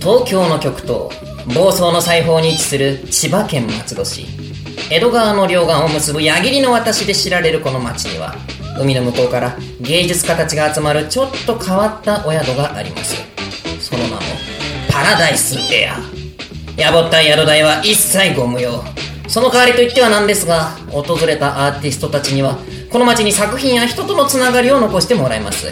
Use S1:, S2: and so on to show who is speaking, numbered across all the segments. S1: 東京の極東房総の西方に位置する千葉県松戸市江戸川の両岸を結ぶ矢切の渡しで知られるこの町には海の向こうから芸術家たちが集まるちょっと変わったお宿がありますその名もパラダイスエアやぼったい宿代は一切ご無用その代わりといってはなんですが訪れたアーティストたちにはこの町に作品や人とのつながりを残してもらいます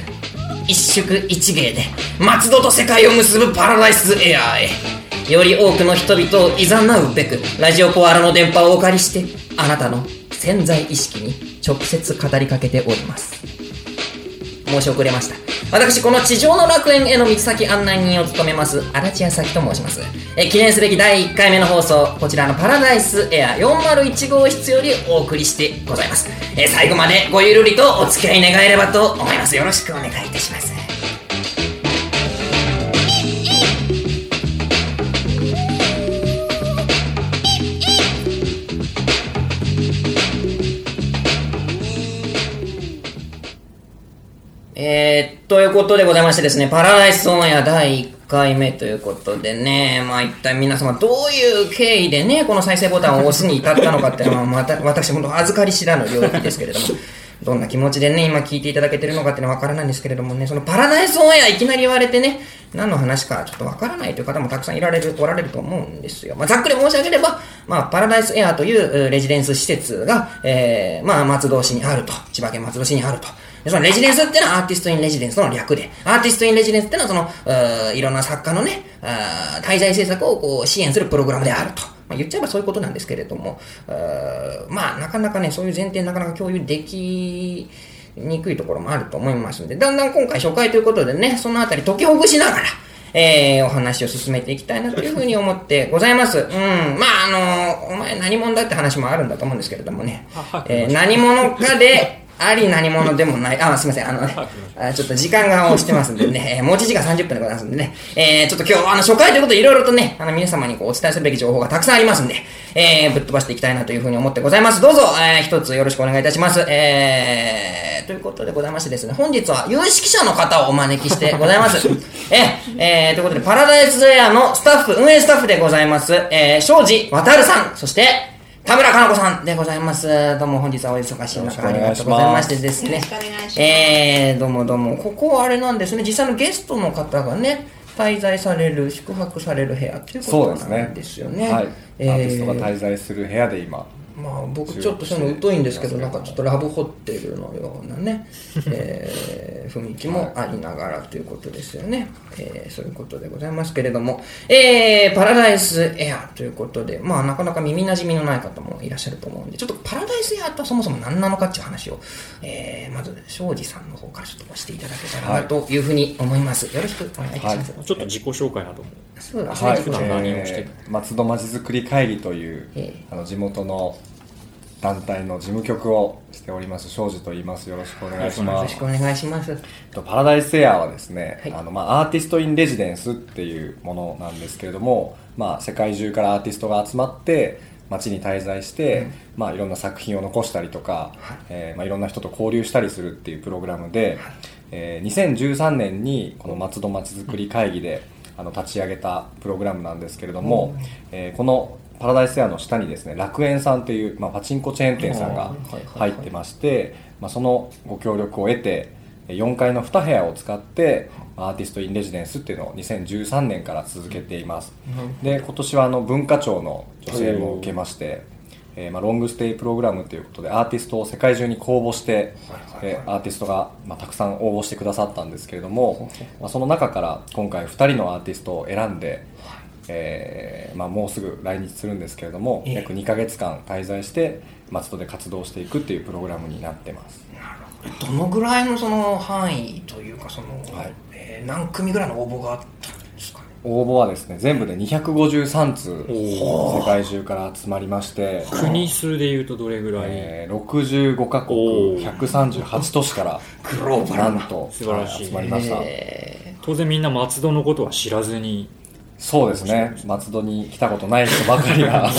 S1: 一宿一芸で松戸と世界を結ぶパラダイスエアーへより多くの人々をいざなうべくラジオコアラの電波をお借りしてあなたの潜在意識に直接語りかけております申し遅れました私この地上の楽園への道先案内人を務めます足立康咲と申しますえ記念すべき第1回目の放送こちらのパラダイスエア401号室よりお送りしてございますえ最後までごゆるりとお付き合い願えればと思いますよろしくお願いいたしますえー、ということでございましてですね、パラダイスオンエア第1回目ということでね、まあ一体皆様どういう経緯でね、この再生ボタンを押すに至ったのかっていうのは、また、私も預かり知らぬ領域ですけれども、どんな気持ちでね、今聞いていただけてるのかっていうのはわからないんですけれどもね、そのパラダイスオンエアいきなり言われてね、何の話かちょっとわからないという方もたくさんいられる、おられると思うんですよ。まあざっくり申し上げれば、まあパラダイスエアというえーレジデンス施設が、えー、まあ松戸市にあると、千葉県松戸市にあると。でそのレジデンスっていうのはアーティストインレジデンスの略で、アーティストインレジデンスっていうのはその、うーいろんな作家のね、あー滞在政策をこう支援するプログラムであると。まあ、言っちゃえばそういうことなんですけれども、うーまあなかなかね、そういう前提なかなか共有でき、にくいところもあると思いますので、だんだん今回初回ということでね、そのあたり解きほぐしながら、えー、お話を進めていきたいなというふうに思ってございます。うん。まあ、あのお前何者だって話もあるんだと思うんですけれどもね。えー何者かで、あり何者でもない。あ、すみません。あのね、あちょっと時間が押してますんで ね、えー持ち時間30分でございますんでね、えー、ちょっと今日はあの初回ということでいろいろとね、あの皆様にこうお伝えすべき情報がたくさんありますんで、えー、ぶっ飛ばしていきたいなというふうに思ってございます。どうぞ、えー、一つよろしくお願いいたします。えー、ということでございましてですね、本日は有識者の方をお招きしてございます。えー、えー、ということで、パラダイスエアのスタッフ、運営スタッフでございます、えー、庄司渡さん、そして、田村かな子さんでございます。どうも本日はお忙しい中ありがとうございましてですね。
S2: よろしくお願いします
S1: えー、どうもどうも。ここはあれなんですね。実際のゲストの方がね、滞在される、宿泊される部屋っていう
S3: そう
S1: こ
S3: です
S1: と
S3: ね
S1: なんですよね。
S3: はい、
S1: えー
S3: アーティストが滞在する部屋で今
S1: まあ僕ちょっとそういうの疎いんですけどなんかちょっとラブホテルのようなね、えー雰囲気もありながらということですよね、えーそういうことでございますけれども、えーパラダイスエアということでまあなかなか耳なじみのない方もいらっしゃると思うんでちょっとパラダイスエアとはそもそも何なのかっていう話を、えーまず庄司さんの方からちょっとしていただけたらなというふうに思います、よろしくお願いします、
S4: ちょっと自己紹介なども。
S1: そうですね
S3: はい、
S4: 普段何をしてる
S3: えー松戸まちづくり会議という、
S1: ええ
S3: あの地元の団体の事務局をしております庄司と言いますよろしくお願いし
S1: よ
S3: ま
S1: ろ
S3: す
S1: しくお願いします
S3: とパラダイスエアはですね、
S1: はい
S3: あのまあ、アーティスト・イン・レジデンスっていうものなんですけれども、まあ、世界中からアーティストが集まって街に滞在して、まあ、いろんな作品を残したりとか、えーまあ、いろんな人と交流したりするっていうプログラムで、えー2013年にこの松戸まちづくり会議であの立ち上げたプログラムなんですけれども、えーこのパラダイスエアの下にですね楽園さんっていう、まあ、パチンコチェーン店さんが入ってまして、まあ、そのご協力を得て4階の2部屋を使ってアーティスト・イン・レジデンスっていうのを2013年から続けていますで今年はあの文化庁の助成も受けまして、えーまあ、ロングステイプログラムということでアーティストを世界中に公募して、えーアーティストが、まあ、たくさん応募してくださったんですけれど も、まあ、その中から今回2人のアーティストを選んで、えーまあ、もうすぐ来日するんですけれども
S1: ええ
S3: 約2ヶ月間滞在して松戸で活動していくっていうプログラムになってます
S1: どのぐらいのその範囲というかその、
S3: はい
S1: えー何組ぐらいの応募があったんですかね
S3: 応募はですね全部で253通世界中から集まりまして、
S4: 国数で言うとどれぐらい、
S3: えー65カ
S4: お
S3: 国
S4: ー
S3: 138都市 から
S1: グローバル
S3: なんと
S4: 素晴らしい
S3: 集まりました、
S1: え
S4: 当然みんな松戸のことは知らずに。
S3: そうですね松戸に来たことない人ばか りが
S4: まあ、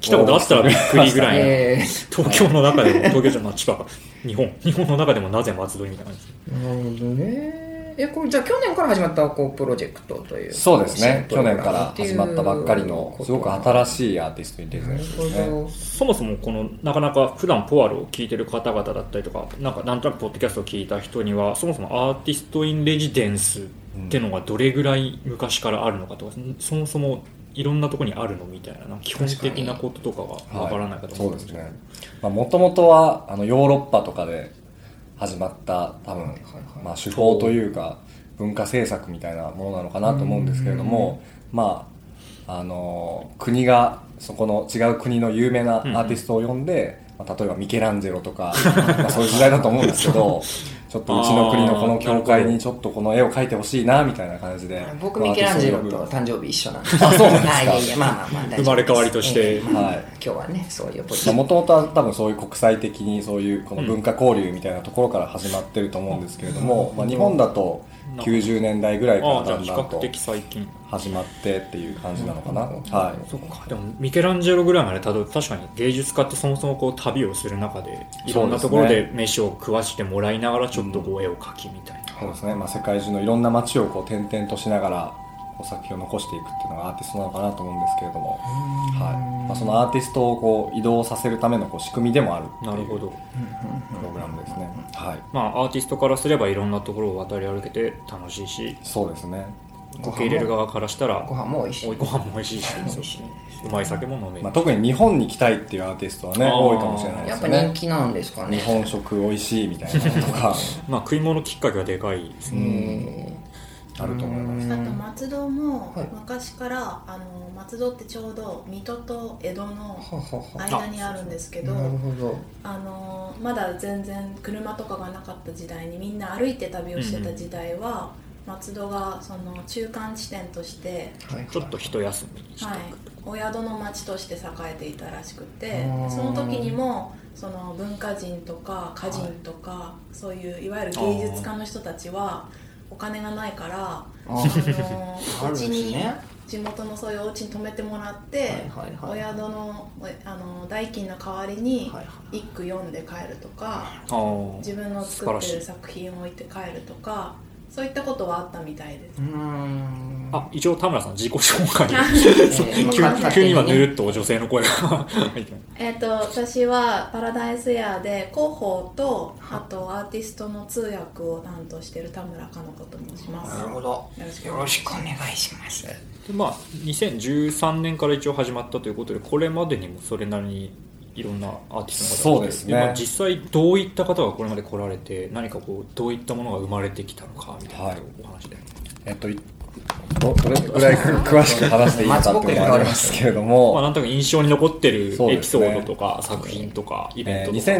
S4: 来たことあったらびっくりぐ
S1: ー
S4: らい。
S1: え
S4: 東京の中でも、東京じゃない、千葉か。日本。日本の中でもなぜ松戸にいたんですか
S1: ーなるほどねえこれじゃあ去年から始まったこうプロジェクトという
S3: そうですね
S1: プ
S3: 去
S1: ログラ
S3: 年
S1: ム
S3: から始まったばっかりの
S1: って
S3: す
S1: いう
S3: ごく新しいアーティストに出てるんです
S1: なる
S3: ね
S1: ほど
S4: そもそもこのなかなか普段ポアロを聞いてる方々だったりとかなんかなんとなくポッドキャストを聞いた人にはそもそもアーティスト・イン・レジデンスってのがどれぐらい昔からあるのかとかそもそもいろんなとこにあるのみたいななんか基本的なこととかがわからないかと思
S3: そううんです
S4: けど
S3: ねもともとはあのヨーロッパとかで始まった多分、まあ、手法というか文化政策みたいなものなのかなと思うんですけれども、まああの国がそこの違う国の有名なアーティストを呼んで、まあ、例えばミケランジェロとかまあそういう時代だと思うんですけ どちょっとうちの国のこの教会にちょっとこの絵を描いてほしいなみたいな感じで
S1: 僕
S3: まあ
S1: ミケランジェ
S3: アー
S1: ロ
S3: ティストを呼ぶ
S1: と誕生日一緒なんで
S3: あそうなんですか
S1: はいいやいやまあまあまあ大丈夫です
S4: 生まれ変わりとして
S1: ええまあまあ
S3: はい
S1: 今日はねそういうポジティブ
S3: もともとは多分そういう国際的にそういうこの文化交流みたいなところから始まってると思うんですけれども、まあ、日本だと90年代ぐらいか
S4: あ
S3: ら
S4: あじゃ
S3: だ
S4: あ
S3: ん
S4: 比
S3: だん
S4: 較
S3: と
S4: 的最近
S3: 始まってっていう感じなのかな、は
S4: そっかでもミケランジェロぐらいまでたどる確かに芸術家ってそもそもこう旅をする中でいろんなところで飯を食わしてもらいながらちょっとこう絵を描きみたいな、
S3: いそうですね、まあ、世界中のいろんな街をこう転々としながらこう作品を残していくっていうのがアーティストなのかなと思うんですけれども、はいまあ、そのアーティストをこう移動させるためのこう仕組みでもあるっていう
S4: なるほど
S3: プログラムですね、はい、
S4: まあアーティストからすればいろんなところを渡り歩けて楽しいし
S3: そうですね
S4: 受け入れる側からしたら
S1: ご飯も美味し
S4: おい
S1: い
S4: ご飯も美味しいし
S1: 味しいう
S4: まい酒も飲める、
S3: まあ、特に日本に来たいっていうアーティストはね
S4: あー
S3: 多いかもしれないで
S1: やっ
S3: す
S1: ぱ
S3: ね
S1: 人気なんですかね
S3: 日本食美味しいみたいなのと か
S4: まあ、食い物きっかけがでかいですね、
S1: え
S3: あると思います
S1: ー
S2: あと松戸も
S1: はい
S2: 昔から、あの松戸ってちょうど水戸と江戸の
S1: ははは
S2: 間にあるんですけど
S1: なるほど
S2: あのまだ全然車とかがなかった時代にみんな歩いて旅をしてた時代は、松戸がその中間地点として、
S1: はい
S4: ちょっと一休みにして、
S2: はい、お宿の町として栄えていたらしくて
S1: うん
S2: その時にもその文化人とか歌人とか、そういういわゆる芸術家の人たちはお金がないから。
S1: あ
S2: あの
S1: あ
S2: お
S1: る
S2: 家
S1: し
S2: に
S1: ね
S2: 地元のそういうお家に泊めてもらって、
S1: はいはい
S2: お
S1: はい
S2: 宿のおあの代金の代わりに
S1: はいは
S2: 一句読んで帰るとか、
S4: あー
S2: 自分の
S4: 素晴
S2: 作
S4: ら
S2: って
S4: し
S2: る
S4: い
S2: 作品を置いて帰るとかそういったことはあったみたいです、
S1: うーん
S4: あ一応田村さん自己紹介
S1: ー
S4: 急
S1: まあ
S4: に急に今ぬるっと女性の声が 入って
S2: えっ、と私はパラダイスエアで広報とあとアーティストの通訳を担当している田村かの子と申します
S1: なるほど
S2: よろしく
S1: よろしくお願いします
S4: でまあ2013年から一応始まったということでこれまでにもそれなりにいろんなアーティストの方が来て
S3: そうですね
S4: まあ実際どういった方がこれまで来られて何かこうどういったものが生まれてきたのかみたいなお話で、
S3: えっといどどれぐらい詳しく話していいのかっていうのがありますけれど
S4: まあ、
S3: も、
S4: なんとなく印象に残ってるエピ
S3: そうです
S4: ソ
S3: ね
S4: ードとか作品とかイベン
S3: え
S4: ト
S3: ー
S4: とか、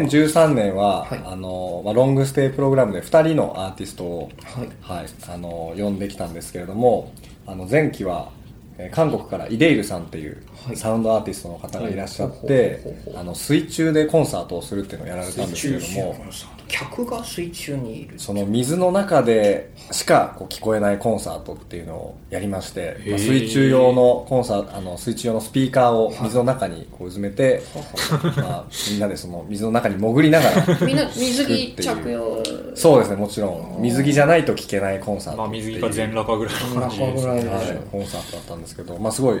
S3: 2013年は、
S1: はい
S3: あのまあ、ロングステイプログラムで2人のアーティストを、
S1: はい
S3: はい、あの呼んできたんですけれどもあの前期はえー韓国からイデイルさんっていう
S1: はい
S3: サウンドアーティストの方がいらっしゃっ
S1: はい
S3: て
S1: ほうほうほうほう
S3: あの水中でコンサートをするっていうのをやられたんですけれども
S1: 客が水中にいる
S3: その水の中でしかこう聞こえないコンサートっていうのをやりまして、まあ
S4: へー
S3: 水中用のコンサートあの水中用のスピーカーを水の中にこう埋めて、まあ、みんなでその水の中に潜りなが ら
S1: みんな水着着用
S3: そうですねもちろん水着じゃないと聞けないコンサート
S4: まあ、
S3: って
S4: 水
S3: い
S4: 着
S3: う
S4: か全裸かぐらいの感じで
S1: 全裸
S4: す
S1: かぐらいの
S3: はい、コンサートだったんですけど、まあ、すごい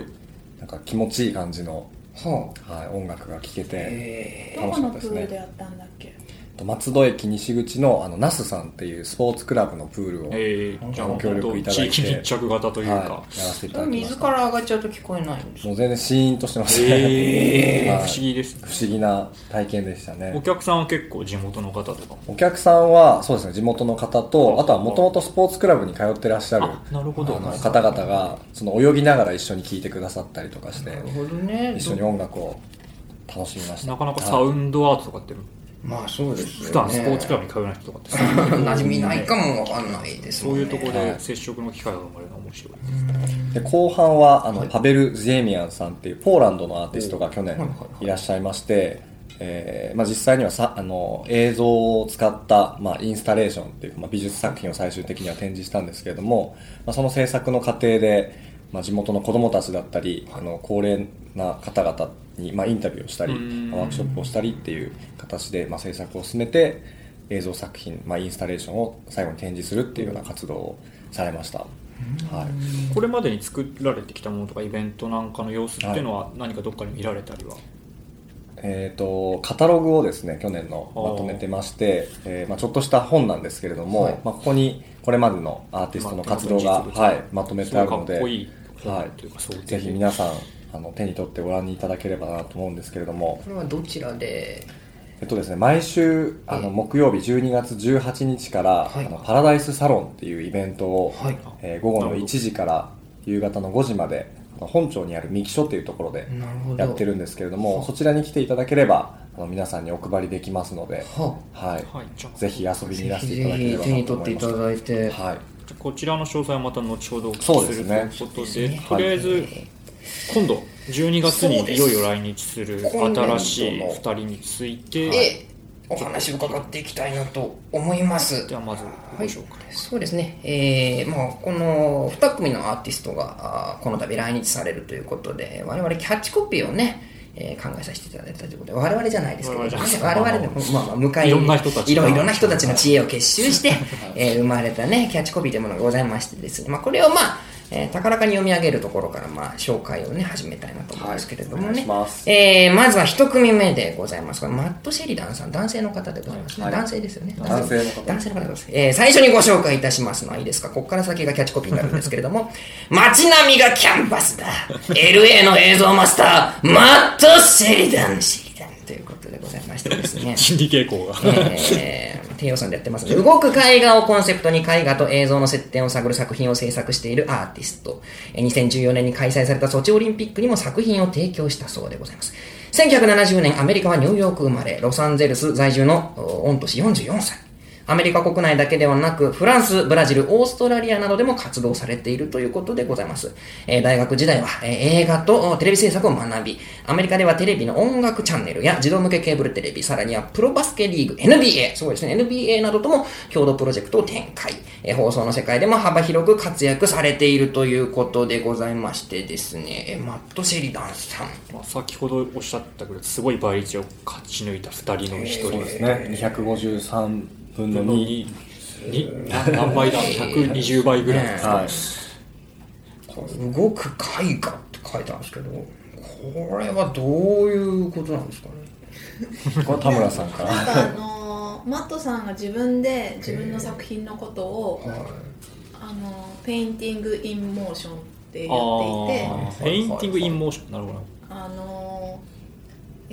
S3: なんか気持ちいい感じの、
S1: は
S3: はい、音楽が聴け
S1: あ
S3: て
S1: え
S2: どこのプールでやったんだっけ、
S3: 松戸駅西口のあの那須さんっていうスポーツクラブのプールを、
S4: えーじゃあもう
S3: ご協
S4: 本
S3: 力いた
S4: 当
S3: だいて
S4: 地域密着型というか、
S3: はい、やらせていただ
S1: ー
S3: きまし
S1: 水
S3: た
S1: から上がっちゃうと聞こえないんです
S3: もう全然シーンとしてました
S4: え
S3: ね、
S4: ー
S3: はい
S4: 不思議ですね
S3: 不思議な体験でした
S4: お
S3: ね
S4: 客さんは結構地元の方とかも
S3: お客さんはそうですね地元の方とあとはもともとスポーツクラブに通ってらっしゃる
S4: あなるほど
S3: あの方々がその泳ぎながら一緒に聴いてくださったりとかして
S1: なるほどね
S3: 一緒に音楽を楽しみました
S4: なかなかサウンドアートとかって
S1: まあそうですよね
S4: 普段スポーツクラブに通えない人とかって
S1: 馴染みないかもわかんないです
S4: そ
S1: も
S4: うんい
S1: ね
S4: うところ
S3: は
S4: で
S3: い
S4: 接触の機会が生まれるのは面白いです
S3: で後半はあの、パベル・ジェミアンさんっていうポーランドのアーティストが去年
S1: はいはいはい
S3: いらっしゃいまして、えーまあ、実際にはさあの映像を使った、まあ、インスタレーションっていうか、まあ、美術作品を最終的には展示したんですけれども、まあ、その制作の過程で、まあ、地元の子どもたちだったり、あの高齢な方々に、まあ、インタビューをしたり
S4: うん
S3: ワークショップをしたりっていう形で、まあ、制作を進めて映像作品、まあ、インスタレーションを最後に展示するっていうような活動をされました、はい、
S4: これまでに作られてきたものとかイベントなんかの様子っていうのは何かどっかに見られたりは、
S3: えー、とカタログをですね去年のまとめてまして、えーまあ、ちょっとした本なんですけれども、
S1: はい
S3: まあ、ここにこれまでのアーティストの活動が、
S4: まあ
S3: はい、まとめてあるの
S4: すごいかっこ
S3: で
S4: いい本というか想定
S3: ぜひ皆さんあの手に取ってご覧にいただければなと思うんですけれども、
S1: これはどちらで
S3: えっとですね、毎週あ
S1: ええ
S3: の木曜日12月18日から、
S1: はい
S3: あのパラダイスサロンっていうイベントを、
S1: はい
S3: えー午後
S4: な
S3: の
S4: るほ
S3: 1
S4: ど
S3: 時から夕方の5時まであの本町にある三木署っていうところで
S1: なるほど
S3: やってるんですけれどもそちらに来ていただければあの皆さんにお配りできますので、
S1: は
S3: はい
S4: はいじゃあ
S3: ぜひ遊びにい
S1: ぜ
S3: らし
S1: ひぜ
S3: ていただけれ
S1: ひ
S3: ば
S1: 手に
S3: な
S1: 取っ
S3: と思
S1: て
S3: い
S1: い
S3: ま
S1: た
S3: す
S1: だいて、
S3: はい
S4: こちらの詳細はまた後ほどお聞
S3: そう
S4: き
S3: ですす
S4: ると
S3: ね
S4: いうことで
S1: はい
S4: とりあえず、今度12月
S1: そうで
S4: に
S1: す
S4: いよいよ来日する
S1: 今度の
S4: 新しい2人について、
S1: でお話を伺っていきたいなと思います
S4: ではまずご紹介、
S1: そうですね、えーまあ、この2組のアーティストがあーこの度来日されるということで我々キャッチコピーをね、えー考えさせていただいたということで我々じゃないですけど、
S4: 我々じゃないです
S1: 我々でも、まあ、まあ向かい
S4: いろんな人たち
S1: いろいろな人たちの知恵を結集して、えー生まれたねキャッチコピーというものがございましてですね、まあ、これをまあ、えー高らかに読み上げるところから、まあ、紹介をね始めたいなと思うんですけれども
S3: はいお願い
S1: ね、
S3: します
S1: えーまずは1組目でございますこれマット・シェリダンさん男性の方でございますね、
S3: はい
S1: 男性ですよね
S3: 男性の方
S1: 男性の方です、えー最初にご紹介いたしますのはいいですかここから先がキャッチコピーになるんですけれども 街並みがキャンパスだ LA の映像マスターマット・シェリダンシェリダンということでございましてです ね
S4: 心理傾向が、
S1: えー低予算でやってますね動く絵画をコンセプトに絵画と映像の接点を探る作品を制作しているアーティストえー2014年に開催されたソチオリンピックにも作品を提供したそうでございます1970年アメリカはニューヨーク生まれロサンゼルス在住のお御年44歳アメリカ国内だけではなく、フランス、ブラジル、オーストラリアなどでも活動されているということでございます。えー大学時代は、えー映画とおテレビ制作を学び、アメリカではテレビの音楽チャンネルや児童向けケーブルテレビ、さらにはプロバスケリーグ、NBA、すごいですね、NBA などとも共同プロジェクトを展開、えー放送の世界でも幅広く活躍されているということでございましてですね、えーマット・シェリダンさん。
S4: まあ、先ほどおっしゃったぐらいすごい倍率を勝ち抜いた2人の1人
S3: そうですね253分の2、
S4: ににな何倍だ120倍ぐらいですか、
S3: はい
S1: 動く絵画って書いてあるんですけど、これはどういうことなんですかね。
S3: これは田村さんから
S2: なんかあのーマットさんが自分で自分の作品のことをあのペインティング・イン・モーションって言ってい
S4: あ
S2: て
S4: ーペインティング・インモーションなるほど
S2: あのー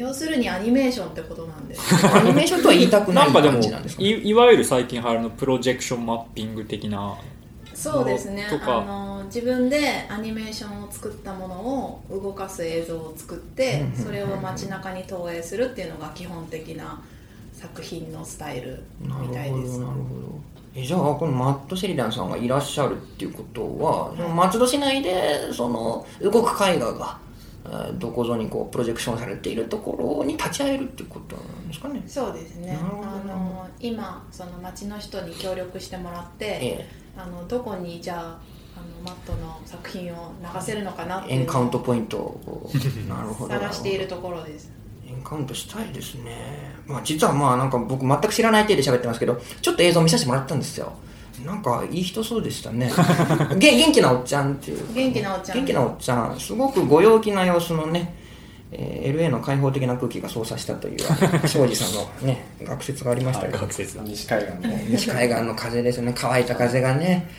S2: 要するにアニメーションってことな んです
S1: アニメーションとは言いたくな
S4: ないんかでも
S1: 感じなんですかね。
S4: いいわゆる最近流行るのプロジェクションマッピング的な
S2: そうですね
S4: と
S2: あ
S4: か
S2: のー自分でアニメーションを作ったものを動かす映像を作ってそれを街中に投影するっていうのが基本的な作品のスタイルみたいです
S1: なるほど。えじゃあこのマット・シェリダンさんがいらっしゃるっていうことは、その松戸市内でその動く絵画がえーどこぞにこうプロジェクションされているところに立ち会えるっていうことなんですかね。
S2: そうですね
S1: なるほど
S2: あのー今その街の人に協力してもらって、
S1: え
S2: あのどこにじゃああのマットの作品を流せるのかなっ
S1: え
S2: て
S1: エ
S2: い
S1: ン
S2: う
S1: カ
S2: の
S1: ウント
S2: を
S1: ポイントをこ うなるほど
S2: 探しているところです
S1: エンカウントしたいですね。まあ実はまあなんか僕全く知らない体で喋ってますけど、ちょっと映像見させてもらったんですよ。なんかいい人そうでしたね。げ元気なおっちゃんっていう。
S2: 元気なおっちゃん
S1: 元気なおっちゃん。すごくご陽気な様子のね、えー LA の開放的な空気が操作したという、庄司さんのね、学説がありましたけど。
S4: 学説だ
S3: 西海岸の
S1: 西海岸の風ですね乾いた風がね、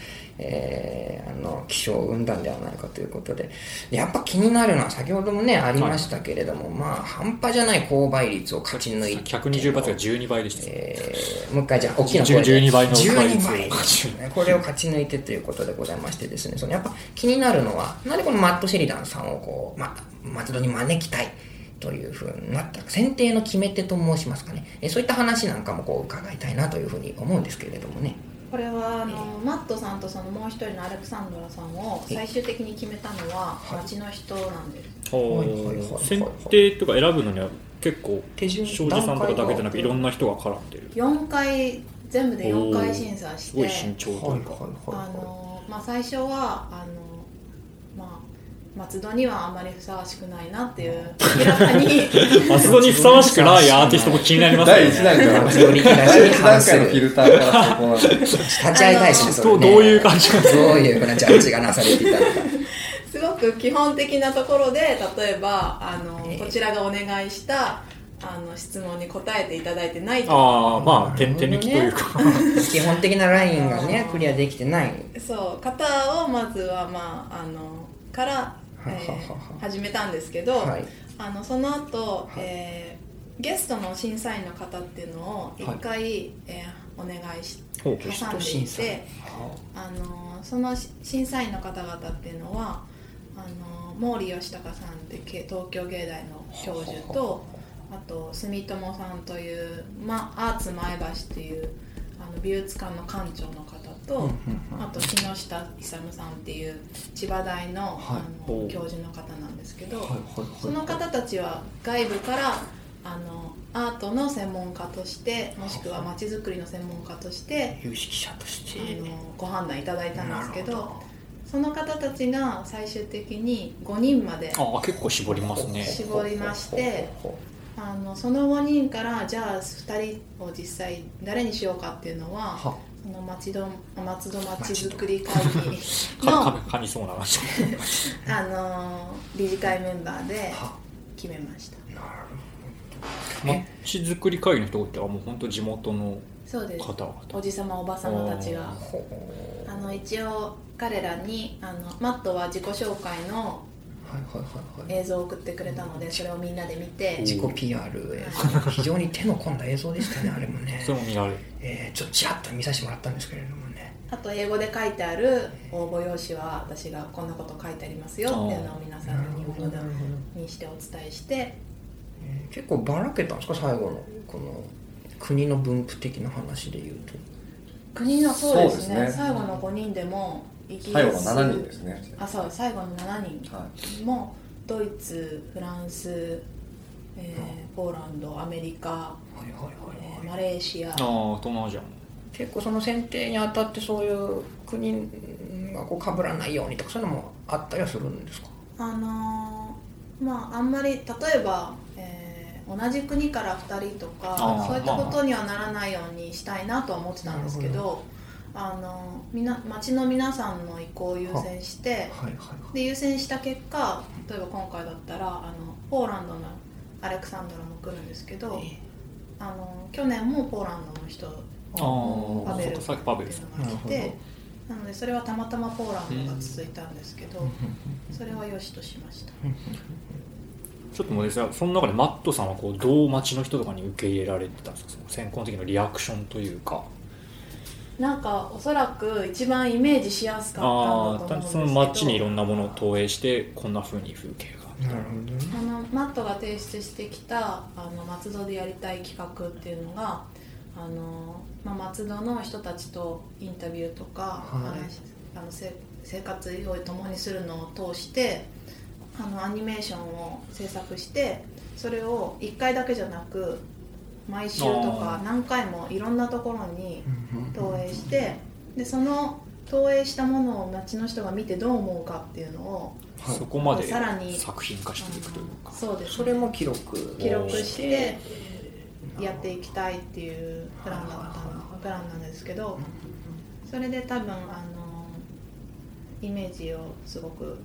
S1: えーあの気象を生んだんではないかということでやっぱ気になるのは先ほどもねありましたけれども、まあ半端じゃない購買率を勝ち抜いて
S4: 120発が12倍でした、
S1: えーもう一回じゃあ大きな声で
S4: 12倍の
S1: 12
S4: 倍
S1: 倍ですねこれを勝ち抜いてということでございましてですねそのやっぱ気になるのはなんでこのマット・シェリダンさんをこう、ま、松戸に招きたいというふうになった選定の決め手と申しますかねえーそういった話なんかもこう伺いたいなというふうに思うんですけれどもね
S2: これはあのマットさんとそのもう一人のアレクサンドラさんを最終的に決めたのは街の人なんです
S1: はいはいはいはい
S4: 選定とか選ぶのには結構
S1: 手順
S4: 庄司さんとかだけじゃなくいろん
S1: な
S4: な人が絡んでる
S2: 4回全部で4回審査し
S4: すごい慎
S2: て
S4: 重と
S1: はいいう
S4: か
S1: はい
S2: あ
S1: は
S2: の、まあ、最初はあの、まあ、松戸にはあまりふさわしくないなっていう明らかに
S4: 松戸にふさわしくないアーティストも気になりますよ
S3: 第1
S4: ね。
S3: 弾から
S1: より東
S3: 第
S1: に
S3: 1
S1: 反
S3: 段
S1: す
S3: 階の
S1: る
S3: フィルターからそこまで
S1: 立ち会いたいしねそれ
S4: どう
S1: ね
S4: どういう感じ
S1: どういうふうなジャッジがなされていたのか
S2: すごく基本的なところで例えばあのこちらがお願いしたあの質問に答えていただいてないとか
S4: ああ、まあ、点々抜きというか。
S1: 基本的なラインがねクリアできてない
S2: そう型をまずはまああのから、えー
S1: はははは
S2: 始めたんですけど、
S1: はい
S2: あのその後、
S1: はい
S2: えーゲストの審査員の方っていうのを一回、えーお願いし
S4: ほう
S2: 挟んでいてあのそのし審査員の方々っていうのはあの毛利義孝さんってけ東京芸大の教授とあと住友さんという、ま、アーツ前橋っていうあの美術館の館長の方と。あと木下勇さんっていう千葉大の,、
S1: はい
S2: あ
S4: お
S2: の
S4: う
S2: 教授の方なんですけど、その方たちは外部からあのアートの専門家としてもしくはまちづくりの専門家として
S1: 有識者として
S2: あのご判断いただいたんですけどその方たちが最終的に5人まで
S4: ああ、結構絞りますね。
S2: 絞りましてあのその5人からじゃあ2人を実際誰にしようかっていうのは
S1: は
S2: その町戸松戸まちづくり会議
S4: か、
S2: の
S4: か、かにそうな話。
S2: あのー理事会メンバーで
S1: は
S2: 決めました
S1: なる
S4: まちづくり会議の人って、あ、もう本当地元の
S2: そうです
S4: 方々。
S2: おじさまおばさまたちが
S1: ほど
S2: あの一応彼らにあのマットは自己紹介の
S1: はいはいはいはい
S2: 映像を送ってくれたのでそれをみんなで見て
S1: 自己 PR 映像非常に手の込んだ映像でしたねあれもね
S4: それも見られる。
S1: えーちょっとちらっと見させてもらったんですけれどもね
S2: あと英語で書いてある応募用紙は私がこんなこと書いてありますよっていうのを皆さんに日本語にしてお伝えして
S1: えー結構ばらけたんですか最後のこの国の分布的な話で言うと
S2: 国のそうですね
S3: そうですね
S2: 最後の5人でもイギリス
S3: 最後の7人ですね
S2: あそう最後の7人
S3: はい
S2: もドイツフランス、えーポーランドアメリカ、
S1: はいはいは
S2: えー
S1: い、は
S2: マレーシア
S4: ああ、東南アジアも。
S1: い、結構その選定にあたってそういう国がこう被らないようにとかそういうのもあったりはするんですか
S2: あのーまああんまり例えば、えー同じ国から2人と
S4: あ
S2: か
S4: ー
S2: そういったことにはならないようにしたいなとは思ってたんですけ
S1: なる
S2: どあのーみな町の皆さんの意向を優先して
S1: はいはい
S2: で優先した結果例えば今回だったらあのポーランドのアレクサンドラも来るんですけどあの去年もポーランドの人
S4: ああ、
S2: パベ
S4: そう
S2: ル
S4: か、さっきパベ
S2: っ
S4: ル
S2: て
S4: さん。
S2: いうのが来
S1: なる
S2: てなのでそれはたまたまポーランドが続いたんですけど、それは良しとしました
S4: ちょっともうですが、その中でマットさんはこうどう町の人とかに受け入れられてたんですかその選考の時のリアクションというか。
S2: なんかおそらく一番イメージしやすか
S4: あ
S2: ったんだと思うん
S4: あー、
S2: です
S4: そ
S2: けど
S4: の町にいろんなものを投影して、こんな風に風景が。
S1: なるほどね
S2: あのマットが提出してきたあの松戸でやりたい企画っていうのがあの、まあ、松戸の人たちとインタビューとか、
S1: はい
S2: 話あのせ生活を共にするのを通してあのアニメーションを制作してそれを1回だけじゃなく毎週と
S4: あ
S2: か何回もいろんなところに投影してでその投影したものを町の人が見てどう思うかっていうのを
S4: そこまで
S2: さらに
S4: 作品化していくという
S2: あ
S4: か
S2: の。そうです
S1: それも記録
S2: 記録して
S1: おー
S2: やっていきたいっていうプランだったのプランなんですけどそれで多分あのイメージをすごく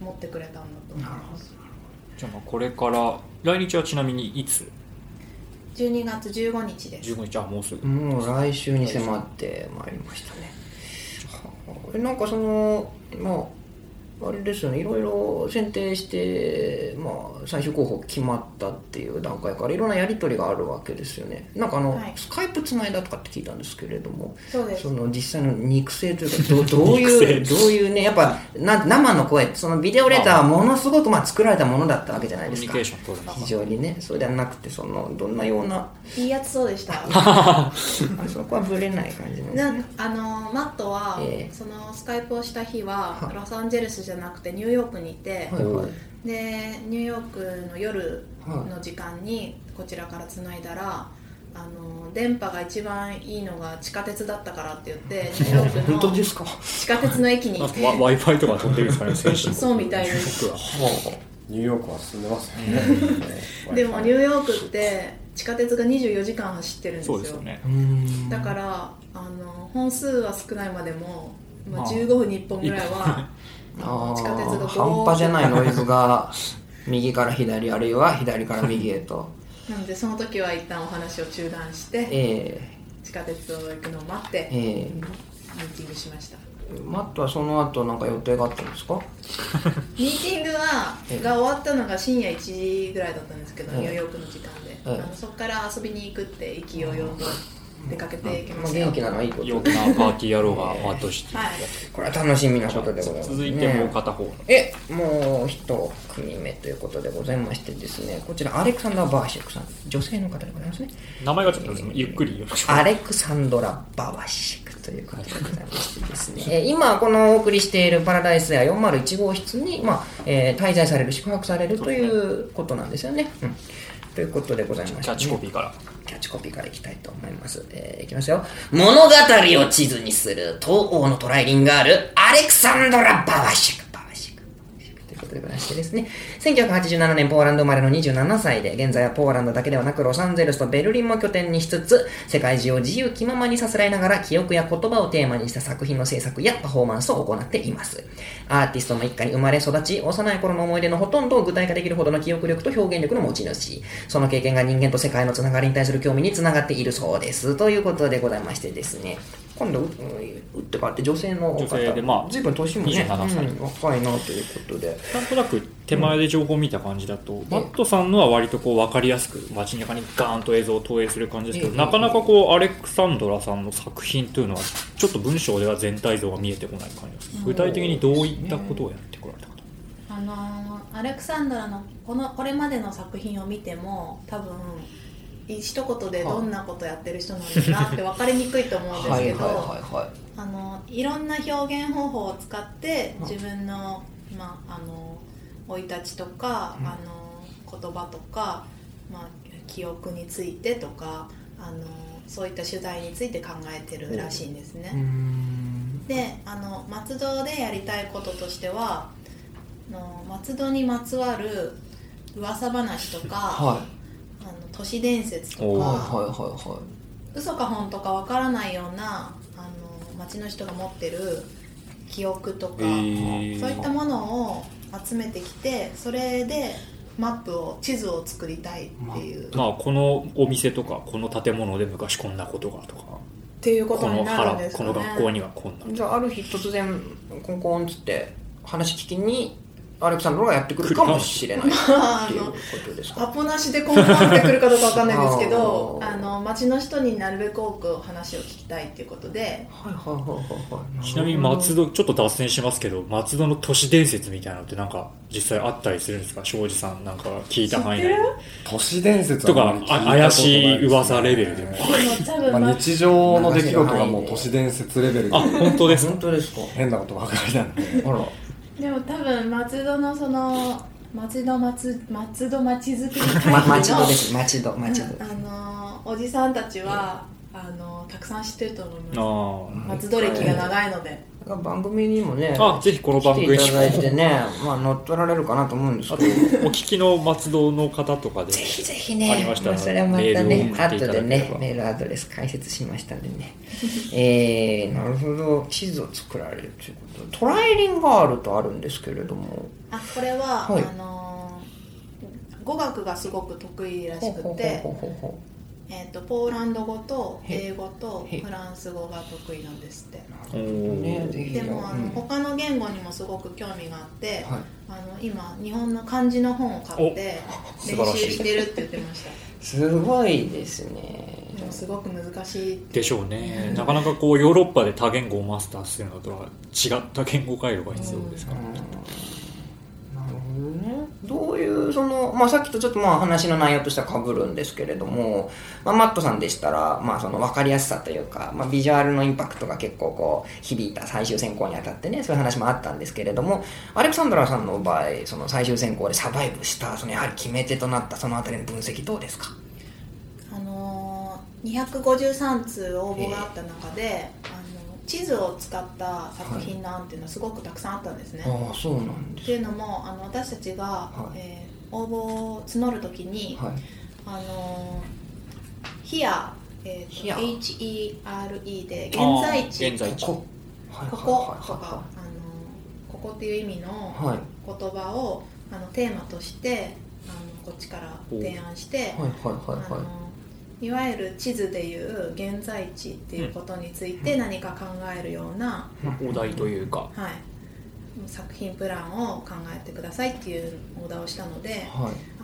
S2: 持ってくれたんだと思います
S4: じゃあまあこれから、来日はちなみにいつ
S2: 12月15日です
S4: ?15 日はもうすぐ。
S1: もう来週に迫ってまいりましたねはあなんかそのまああれですよねいろいろ選定して、まあ、最終候補決まったっていう段階からいろんなやり取りがあるわけですよねなんかあの、
S2: はい
S1: スカイプつないだとかって聞いたんですけれども
S2: そうです
S1: その実際の肉声というかどどういう
S4: 肉
S1: どういうねやっぱな生の声そのビデオレターはものすごくまあ作られたものだったわけじゃな
S4: コ
S1: い
S4: ミ
S1: です
S4: ュニ
S1: か
S4: ケーション取る中
S1: 非常にねそうではなくてそのどんなような
S2: いいやつそうでした
S1: あそこはぶれない感じなんです
S2: な
S1: ね
S2: んかあのマットは、
S1: ええ
S2: そのスカイプをした日は
S1: はい
S2: ロサンゼルスじゃなくてニューヨークにいて、
S1: はいはい
S2: でニューヨークの夜の時間にこちらからつないだら、ああの電波が一番いいのが地下鉄だったからって言 って
S3: 本
S2: ニューヨーク
S3: 当
S2: の
S3: ですか
S2: 地下鉄の駅に行って
S4: w i f i とか飛んでるんですか ね選手
S2: そうみたいです
S4: 僕は
S3: ニューヨークは進んでますよね
S2: でもニューヨークって地下鉄が24時間走ってるんです
S4: そ
S2: よ
S4: うですよね
S1: うん
S2: だからあの本数は少ないまでも、ま
S4: あ
S2: あ、
S4: あ
S2: 15分に1本ぐらい は
S1: あー
S2: 地下鉄がこう
S1: 半端じゃないノイズが右から左あるいは左から右へと
S2: なのでその時は一旦お話を中断して
S1: え
S2: 地下鉄を行くのを待っ
S1: え
S2: てミー
S1: え
S2: ティングしました
S1: えマットはその後なんか予定があったんですか
S2: ミーティングはが終わったのが深夜1時ぐらいだったんですけど
S1: ええ
S2: ニューヨークの時間で、
S1: ええ
S2: あのそこから遊びに行くって意気揚々と出かけていきま
S1: まあ
S2: した、
S1: 元気なのはいいこと
S4: 陽気なパーティー野郎がパートして
S2: はい
S1: これは楽しみなことでございます、ね、
S4: 続いてもう片方の
S1: えもう一組目ということでございましてですねこちらアレクサンダー・バーシェクさん女性の方でございますね
S4: 名前がちょっとゆっくり言いましょ う
S1: アレクサンドラ・ババシックということでございましてですね、えー今このお送りしているパラダイスや401号室に、まあえー滞在される、宿泊されるということなんですよね。うんということでございまして、
S4: キャッチコピーから
S1: キャッチコピーからいきたいと思います。えーいきますよ。物語を地図にする東欧のトライリンガール、アレクサンドラ・バワシュク。バワシュクバワシュクということでございましてですね、1987年ポーランド生まれの27歳で、現在はポーランドだけではなくロサンゼルスとベルリンも拠点にしつつ、世界中を自由気ままにさすらいながら記憶や言葉をテーマにした作品の制作やパフォーマンスを行っています。アーティストの一家に生まれ育ち、幼い頃の思い出のほとんどを具体化できるほどの記憶力と表現力の持ち主。その経験が人間と世界のつながりに対する興味につながっているそうです。ということでございましてですね。今度、ううって変わって女性の方。
S4: 女性でまあ
S1: 随分年もね、
S4: 27歳
S1: うん若いなということで。
S4: なんとなく手前で情報を見た感じだと、マットさんのは割とこう分かりやすく街中にガーンと映像を投影する感じですけど、
S1: ええ
S4: なかなかこうアレクサンドラさんの作品というのはちょっと文章では全体像が見えてこない感じです、
S2: うん
S4: 具体的にどういったことをやってこられたかと、
S2: あのーアレクサンドラのこのこれまでの作品を見ても多分一言でどんなことやってる人なんだなって分かりにくいと思うんですけ
S1: い
S2: ど
S1: はい。
S2: あのいろんな表現方法を使って自分の生、まあ、あの生い立ちとか、
S1: うん
S2: あの言葉とか、まあ、記憶についてとかあのそういった主題について考えてるらしいんですね。であの松戸でやりたいこととしてはあの松戸にまつわる噂話とか、
S1: は
S2: あの都市伝説
S1: い。
S2: と
S1: はいはい
S2: か
S1: はいはい。
S2: 嘘か本当かわからないようなあの町の人が持ってる記憶とか、そういったものを集めてきてそれでマップを地図を作りたいっていう、っ
S4: まあこのお店とかこの建物で昔こんなことがとか
S2: ていうこ
S4: ことの
S2: になる
S4: 腹
S2: んです
S4: こ
S2: かね
S4: の学校にはこんな
S1: じゃあある日突然コンコンっつって話聞きにアレクサンドロがやってくるかもしれないっていうことです
S2: ア
S1: か
S2: ポなしでこんなってくるかどうかわかんないですけど
S1: あ
S2: あ
S1: ー
S2: の町の人になるべく多く話を聞きたいっていうことで
S1: はいはいはいはいはい
S4: ちなみに松戸ちょっと脱線しますけど松戸の都市伝説みたいなのってなんか実際あったりするんですか庄司さんなんかが聞いた範囲内で
S3: 都市伝説
S4: と
S3: はあ
S4: か
S3: んまり聞いた
S4: あ
S3: ことない
S4: 怪
S3: ですね
S4: しい噂レベルでも
S2: でも多分、
S3: ま
S2: ま
S3: あ、
S2: あ、
S3: 日常の出来事がもう都市伝説レベルで
S4: あ本当ですか
S1: 本当ですか
S3: 変なことばかりなんで
S1: あら
S2: でも多分松戸のその松戸松松戸町づくり
S1: ま
S2: 会
S1: 町
S2: 議の
S1: 戸です町戸町戸
S2: あのーおじさんたちは、あのーたくさん知ってると思いま
S4: あ
S2: す松戸歴が長いので、
S1: 番組にもね
S4: あぜひこの番
S1: 来 て
S4: 組
S1: い
S4: に
S1: ただいてねまあ乗っ取られるかなと思うんですけど
S4: お聞きの松戸の方とかで
S1: ぜひぜひ
S4: あ
S1: ね
S4: りましたら
S1: あそれはまたね
S4: メールを送ってい
S1: 後
S4: ただけ
S1: で
S4: れば
S1: ねメールアドレス解説しましたんでねえー、なるほど地図を作られるということトライリンガールとあるんですけれども
S2: あこれは、
S1: はい
S2: あのー語学がすごく得意らしく
S1: ほう
S2: て
S1: ほうほうほうほ
S2: えー、とポーランド語と
S1: へ
S2: 英語と
S1: へ
S2: フランス語が得意なんですって
S1: うねぜひ
S2: でもあの、
S1: うん
S2: 他の言語にもすごく興味があって、
S1: はい
S2: あの今日本の漢字の本を買って
S4: お素晴
S2: 練
S4: らし
S2: 習
S4: い
S2: してるって言ってました
S1: すごいですね
S2: でもすごく難しいって
S4: でしょうねなかなかこうヨーロッパで多言語をマスターするのとは違った言語回路が必要です
S1: う
S4: から、
S1: んなるほどねどういうその、まあ、さっきとちょっとまあ話の内容としてはかぶるんですけれども、まあ、マットさんでしたら、まあ、その分かりやすさというか、まあ、ビジュアルのインパクトが結構こう響いた最終選考にあたってねそういう話もあったんですけれどもアレクサンドラさんの場合その最終選考でサバイブしたそのやはり決め手となったそのあたりの分析どうですか
S2: あのー253通応募があった中で、あの地図を使った作品の案っていうのはすごくたくさんあったんですね。
S1: ああそうなんで
S2: っ
S1: す
S2: ていうのもあの私たちが、
S1: はい
S2: えー応募を募るときに、
S1: はい
S2: あのー Here、えーと
S1: Here
S2: H-E-R-E で現在地
S4: あー現在地
S1: こ
S2: ここととか、あのーここっていう意味の
S1: はいはい
S2: 言葉をあのテーマとしてあのこっちから提案して、
S1: はい
S2: い
S1: はい
S2: あの
S1: はい
S2: いわゆる地図でいう現在地っていうことについて何か考えるような、
S4: お題というか
S2: はい、作品プランを考えてくださいっていうオーダーをしたので、
S1: はい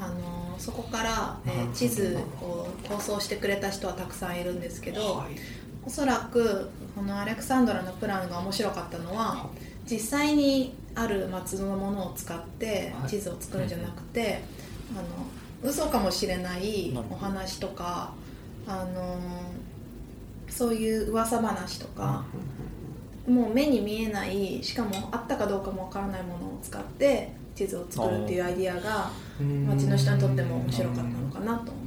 S2: あのそこから、え
S1: な
S2: ー
S1: るほど
S2: 地図を構想してくれた人はたくさんいるんですけど、
S1: はい
S2: おそらくこのアレクサンドラのプランが面白かったのは実際にある松戸のものを使って
S1: はい
S2: 地図を作るんじゃなくて、あの嘘かもしれない
S4: なるほど
S2: お話とか、あのそういう噂話とか、もう目に見えないしかもあったかどうかもわからないものを使って地図を作るっていうアイディアが町の人にとっても面白かったのかなと思います。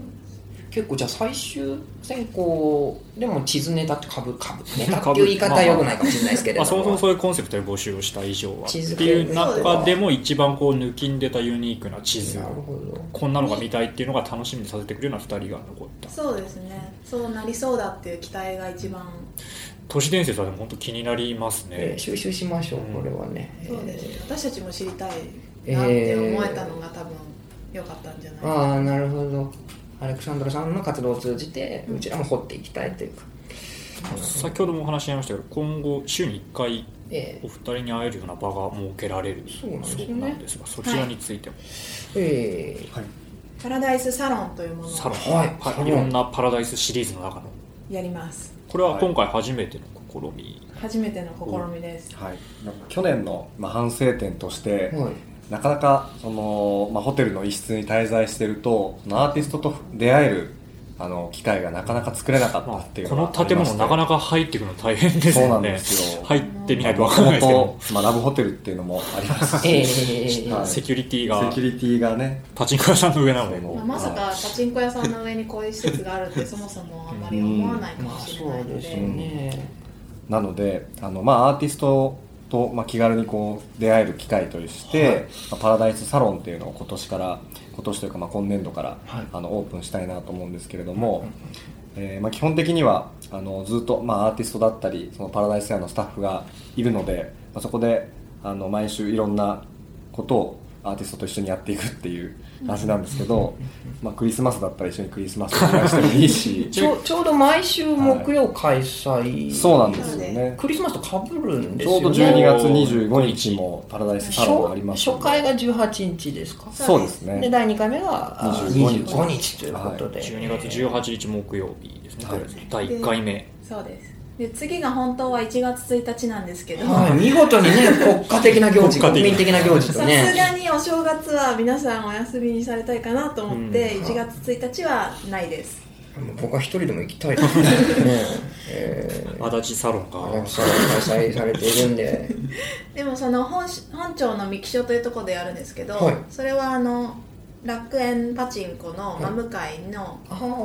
S1: 結構じゃあ最終選考でも地図ネタってかぶかぶネタっていう言い方はよくないかもしれないですけれど
S4: まあ、
S1: も
S4: そもそもそういうコンセプトで募集をした以上はって
S1: 地図
S4: いう中でも一番こう抜きんでたユニークな地図
S1: なるほど
S4: こんなのが見たいっていうのが楽しみにさせてくれるような2人が残った
S2: そうですねそうなりそうだっていう期待が一番
S4: 都市伝説はでも本当気になります
S1: え
S4: ね
S1: ー、収集しましょうこれはね、
S2: そうです
S1: え
S2: ね
S1: ー
S2: 私たちも知りたいなって思えたのが多分良かったんじゃないかな、
S1: ああなるほどアレクサンドラさんの活動を通じてうちらも掘っていきたいというか、
S4: 先ほどもお話しし合いましたけど今後週に1回
S1: え
S4: お二人に会えるような場が設けられる
S1: そうなんですね
S4: そうなんですがそちらについても、
S1: ー、えー
S2: パラダイスサロンというものを
S4: サロン、
S1: はい
S4: はい、いろんなパラダイスシリーズの中の
S2: やります
S4: これは今回初めての試み、
S2: 初めての試みです、
S3: はい、去年の、まあ、反省点として、
S1: はい
S3: なかなかその、まあ、ホテルの一室に滞在してるとそのアーティストと出会えるあの機会がなかなか作れなかった
S4: ま
S3: ってい
S4: あ、
S3: う
S4: こ
S3: の
S4: の
S3: があり
S4: 建
S3: ま
S4: 物
S3: して
S4: なかなか入っていくの大変ですよね
S3: そうなんです よ
S4: 入ってみないと
S3: も
S4: 分か
S3: と
S4: らない
S3: も
S4: ですけど
S3: と、まあ、ラブホテルっていうのもあります し、
S1: えー
S3: はい
S4: セキュリティ
S3: セ
S4: が
S3: キュリティがね
S4: パチンコ屋さんの上なの
S3: そ
S4: で
S2: まあ、
S3: う
S2: まさかパチンコ屋さんの上にこういう施設があ るってそもそもあんまり思わないか
S1: ま
S2: も
S1: あ
S2: し
S1: そ
S2: れないうの
S1: で
S2: で、
S1: すね
S3: なのであの、まあ、アーティストと、まあ、気軽にこう出会える機会として、まあパラダイスサロンっていうのを今年から今年というか、まあ、今年度から、
S1: はい
S3: あのオープンしたいなと思うんですけれども、えーまあ、基本的にはあのずっと、まあ、アーティストだったりそのパラダイス屋のスタッフがいるので、まあ、そこであの毎週いろんなことをアーティストと一緒にやっていくっていう話なんですけど、 まあ、クリスマスだったら一緒にクリスマスをお祝いしてもいい し
S1: ちょちょうど毎週木曜開催、
S3: そうなんですよね。
S1: クリスマスとかぶるんで
S3: ち
S1: すよ、
S3: ょう
S1: ね、
S3: ど12月25日もパラダイスサロンがあります
S1: 初
S3: ので
S1: 初回が18日ですか
S3: そうです
S1: で
S3: ね
S1: 第2回目があー
S3: 25日
S1: 25日ということで、
S4: 12月18日木曜日ですね、
S3: はい
S4: 第1回目
S2: そうですで次が本当は1月1日なんですけど
S1: はい、
S2: さ
S1: 見事 にね国家的な行事
S4: 国家的な
S1: 国民的な行事
S2: す
S1: と
S2: が
S1: ね
S2: にお正月は皆さんお休みにされたいかなと思って
S1: うん
S2: 1月1日はないです、
S1: 僕は一人でも行き たいですねえ
S4: 足立サロン
S1: ー、あ
S4: が
S1: のさ開催されているんで
S2: でもその本し本庁の三木署というところでやるんですけど、
S1: はい
S2: それはあの楽園パチンコの真向かいの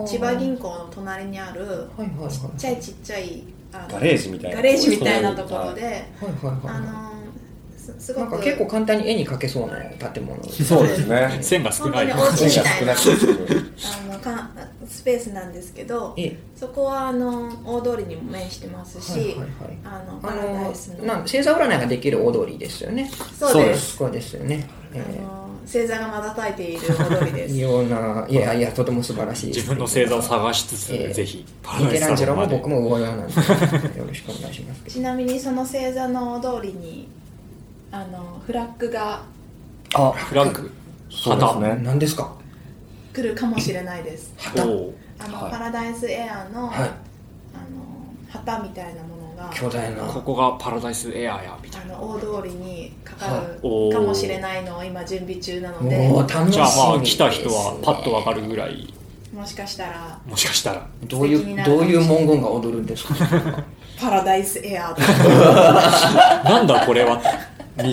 S2: 千葉銀行の隣にある
S1: はいはいはい
S2: ちっちゃいちっちゃいあの
S3: ガレージみたいな
S2: ガレージみたいなところで、
S1: はいはい
S2: あ
S1: は
S2: のすす
S1: いな
S2: ご
S1: んか
S2: く
S1: 結構簡単に絵に描けそうな建物
S3: そうですね
S4: 線が少ない
S2: 本当に
S3: 線が少なくて済む
S2: あのかスペースなんですけど
S1: ええ
S2: そこはあの大通りにも面してますし、
S1: はいはいはい
S2: あのパ
S1: あ
S2: ラダイス
S1: の
S2: の
S1: なん星座占いができる踊りですよね
S2: そうです
S1: そうですよね、
S2: あ
S1: えー
S2: の星座がまだたいている大通りで
S1: 異
S2: す
S1: 様ないやいやとても素晴らしいです
S4: 自分の星座を探しつつ、
S1: ええ
S4: ぜひパ
S1: ミケランジェロも
S4: まで
S1: 僕も魚屋なんでよろしくお願いしますけど
S2: ちなみにその星座の大通りにあのフラッグが
S3: あ
S4: フラッグ
S3: そうですね
S1: 何ですか
S2: 来るかもしれないです
S4: 旗お
S2: あの、
S3: はい
S2: パラダイスエアの,、
S1: はい
S2: あの旗みたいなものが
S1: 巨大な
S4: ここがパラダイスエアやみたい
S2: あの大通りにかかる
S4: おー
S2: かもしれないのを今準備中なので
S1: もう楽しみです、
S4: な
S1: ね、
S4: じゃあまあ来た人はパッとわかるぐらい
S2: もしかしたら
S4: もしかしたら
S1: どういうどういう文言が踊るんですか
S2: パラダイスエアとか
S4: なんだこれはま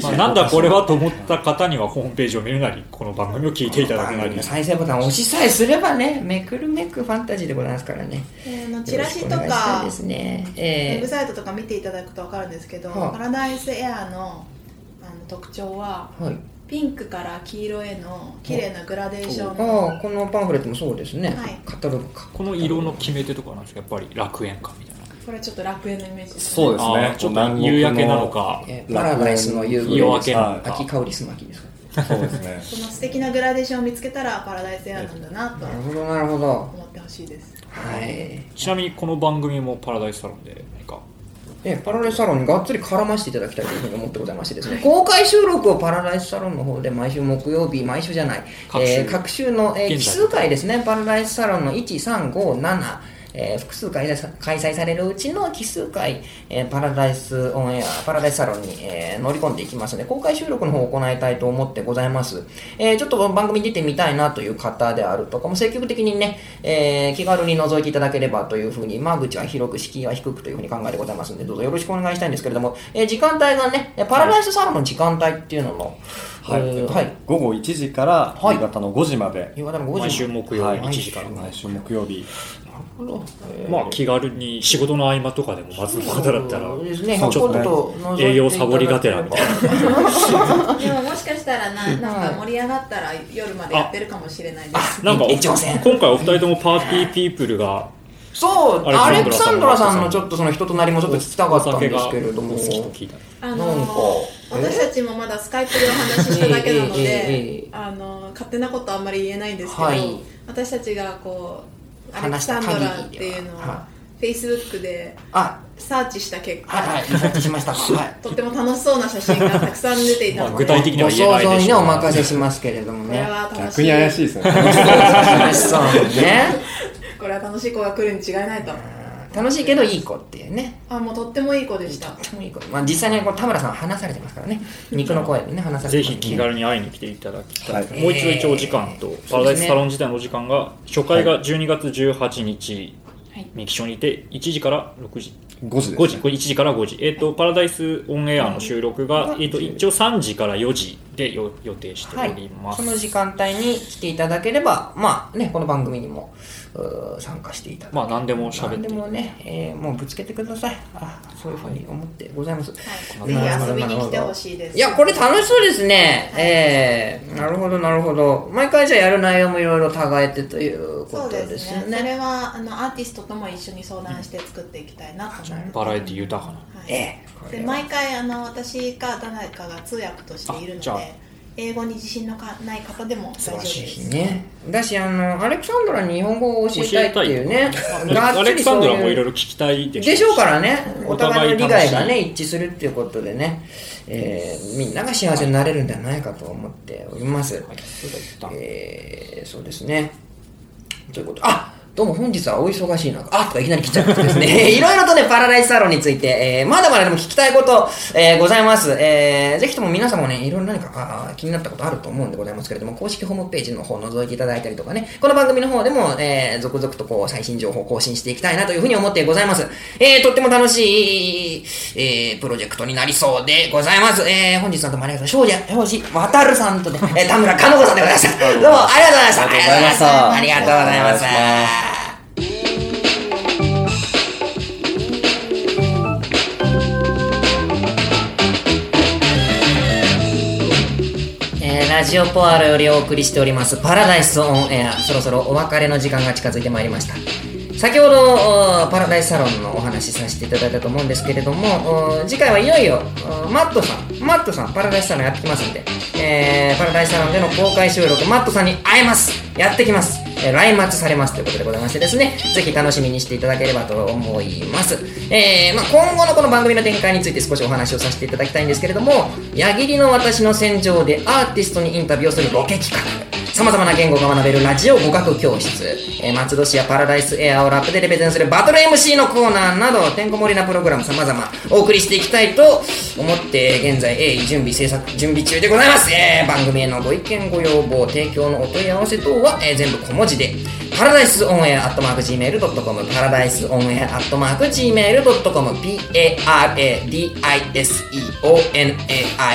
S4: あなんだこれはと思った方にはホームページを見るなりこの番組 を聞いていただくなり
S1: 再生ボタンを押しさえすればねめくるめくファンタジーでございますからね
S2: えー、あのチラシと
S1: よろしくお願いしたい
S2: か
S1: ですね
S2: ウェ
S1: え
S2: ブサイトとか見ていただくと分かるんですけど、
S1: はい
S2: パラダイスエアーのあの特徴は
S1: ー、はい
S2: ピンクから黄色への綺麗なグラデーションの
S1: ああこのパンフレットもそうですね、
S2: はい
S1: カタログか
S4: この色の決め手とかなんですかやっぱり楽園かみたいな
S2: これはちょっと楽園のイメージです
S3: そうですね
S4: あーちょっと夕焼けなのか
S1: えーパラダイスの夕暮れ
S4: 夜明け
S3: なの
S4: か
S1: 秋香りすまきですか
S3: そうですね
S2: その素敵なグラデーションを見つけたらパラダイスエアーなんだなと
S1: なるほどなるほど
S2: 思ってほしいです
S1: はい
S4: ちなみにこの番組もパラダイスサロンで何か
S1: えパラダイスサロンにがっつり絡ませていただきたいというふうに思ってございましてですね公開収録をパラダイスサロンの方で毎週木曜日毎週じゃない
S4: 各週
S1: えー各週の、えー
S4: 現在
S1: 奇数回ですねパラダイスサロンの1357えー複数開催さ開催されるうちの奇数回、えーパラダイスオンエア、パラダイスサロンに、えー乗り込んでいきますので、公開収録の方を行いたいと思ってございます。えーちょっとこの番組に出てみたいなという方であるとかも、積極的にね、えー気軽に覗いていただければというふうに、間口は広く、敷居は低くというふうに考えてございますので、どうぞよろしくお願いしたいんですけれども、えー時間帯がね、えーパラダイスサロンの時間帯っていうのの、
S3: はい、
S1: えーはい、
S3: 午後1時から
S1: はい
S3: 夕方の5時まで、
S1: 夕方の5時
S4: 毎週木曜
S3: はい
S4: 1時から
S3: 毎週木曜日
S4: まあ気軽に仕事の合間とかでもまずの方だったら
S1: そうですね、
S3: そう
S1: ちょっと覗いていただければ
S4: 営業サボりがてらみたいな
S2: でももしかしたらななんか盛り上がったら夜までやってるかもしれないです
S4: なんかお
S1: 延長戦
S4: 今回お二人ともパーティーピープルが
S1: そう、ア
S4: ア
S1: レ
S4: レ
S1: ク
S4: ク
S1: サ
S4: サ
S1: ン
S4: ン
S1: ド
S4: ド
S1: ラ
S4: ラ
S1: さ
S4: さ
S1: ん
S4: ん
S1: の
S4: の
S1: ちょっとその人となりもちょっと聞きたかったんですけれども。
S4: お酒がお好きと聞いた
S2: あ
S1: なん
S2: の
S1: か
S2: 私たちもまだスカイプでお話ししただけなの
S1: えええええ
S2: で
S1: え
S2: あの勝手なことあんまり言えないんですけど、
S1: はい
S2: 私たちがこうアレク
S1: 話し
S2: サ
S1: た
S2: ンド
S1: 限りでは
S2: ラっていうのを
S1: は
S2: フェイスブックで
S1: あ、
S2: サーチした結果、
S1: はいはい、承知し ました。はい。
S2: とっても楽しそうな写真がたくさん出ていたので、
S4: まあ具体的には言えないでし
S1: ご
S4: ょう
S1: 想像にね、お任せしますけれども
S2: これ
S1: ね。
S2: は楽し
S3: 逆
S2: い
S3: に怪しいですよね
S1: 楽しそうね。
S2: これは楽しい子が来るに違いないと
S1: 楽しいけどいい子っていうね。
S2: あもうとってもいい子でした
S1: とってもいい子。まあ実際にこう田村さんは話されてますからね。肉の声でね、話されてま
S4: ぜ
S1: す、
S4: ひ気軽に会いに来ていただきたい、
S3: はい
S4: もう一度一応お時間と、
S1: えー
S4: パラダイスサロン自体のお時間が初回が12月18日、
S2: はい
S4: ミキションにて1時から6時
S3: 5時です
S4: 5時これ1時から5時、えー、とパラダイスオンエアの収録が、えー、と一応3時から4時でよ予定してお
S1: はい
S4: りま、す、
S1: その時間帯に来ていただければ、まあね、この番組にもうー参加していただけ
S4: まあ何でも喋
S1: 何
S4: っ
S1: で
S4: て
S1: もね、えーもうぶつけてくださいあそういうふうに思ってございます、
S2: はい、ぜひ遊びに来てほしいです
S1: いやこれ楽しそうですね、えー、なるほどなるほど毎回じゃあやる内容もいろいろ互えてということ
S2: そうで
S1: ですす
S2: ね
S1: よ
S2: それ
S1: ね
S2: はあのアーティストとも一緒に相談して作っていきたいなと思って、
S4: バラエティ豊かな
S2: はい
S1: ええこ
S2: で
S1: れは
S2: 毎回あの私か誰かが通訳としているの
S4: あじゃあ
S2: で英語に自信のかない方でも大
S1: 素晴
S2: 丈夫
S1: ら
S2: で
S1: しい
S2: す、
S1: ねだしあのアレクサンドラに日本語を教えたいっていうねがっ
S4: え
S1: つりそういう
S4: アレクサンドラもいろいろ聞きたいで
S1: でしょうからねお
S4: お
S1: 互
S4: 互
S1: い
S4: い
S1: の利害が
S4: 楽
S1: ね一致するっていうことでね、えーみんなが幸せになれるんじゃないかと思っております、
S4: はいそれでは一旦
S1: えーそうですね。ということあどうも本日はお忙しい中、あとかいきなり来ちゃったですね。 いろいろとね、パラダイスサロンについて、えーまだまだでも聞きたいこと、えーございます。えーぜひとも皆様もね、いろいろ何かあー気になったことあると思うんでございますけれども、公式ホームページの方を覗いていただいたりとかね、この番組の方でも、えー続々とこう、最新情報を更新していきたいなというふうに思ってございます。えーとっても楽しい、えープロジェクトになりそうでございます。えー本日のどうもありがとうございました。庄司、わたるさんとね、えー田村かのこさんでございました。どうもありがとうございました。
S3: ありがとうございました
S1: ありがとうございます
S3: お願いし。
S1: えーラジオポアロよりお送りしておりますパラダイスオンエアそろそろお別れの時間が近づいてまいりました先ほどおーパラダイスサロンのお話しさせていただいたと思うんですけれどもおー次回はいよいよおーマットさんマットさんパラダイスサロンやってきますんで、えーパラダイスサロンでの公開収録マットさんに会えますやってきます、えー来末されますということでございましてですねぜひ楽しみにしていただければと思います、えーまあ、今後のこの番組の展開について少しお話をさせていただきたいんですけれども矢切の私の戦場でアーティストにインタビューをするロケ企画さまざまな言語が学べるラジオ語学教室、えー松戸市やパラダイスエアをラップでレペゼンするバトル MC のコーナーなどてんこ盛りなプログラムさまざまお送りしていきたいと思って現在鋭意準備制作準備中でございます、えー番組へのご意見ご要望提供のお問い合わせ等は、えー全部小文字でパラダイスオンエアアットマーク Gmail.com パラダイスオンエアアットマーク Gmail.com p-a-r-a-d-i-s-e-o-n-a-i-r ア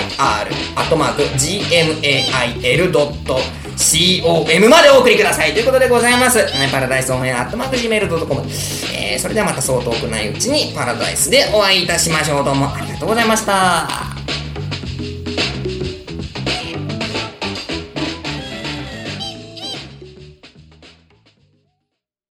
S1: ットマーク gmail.com までお送りくださいということでございます、ね、パラダイスオンエアアットマーク Gmail.com、えー、それではまたそう遠くないうちにパラダイスでお会いいたしましょうどうもありがとうございました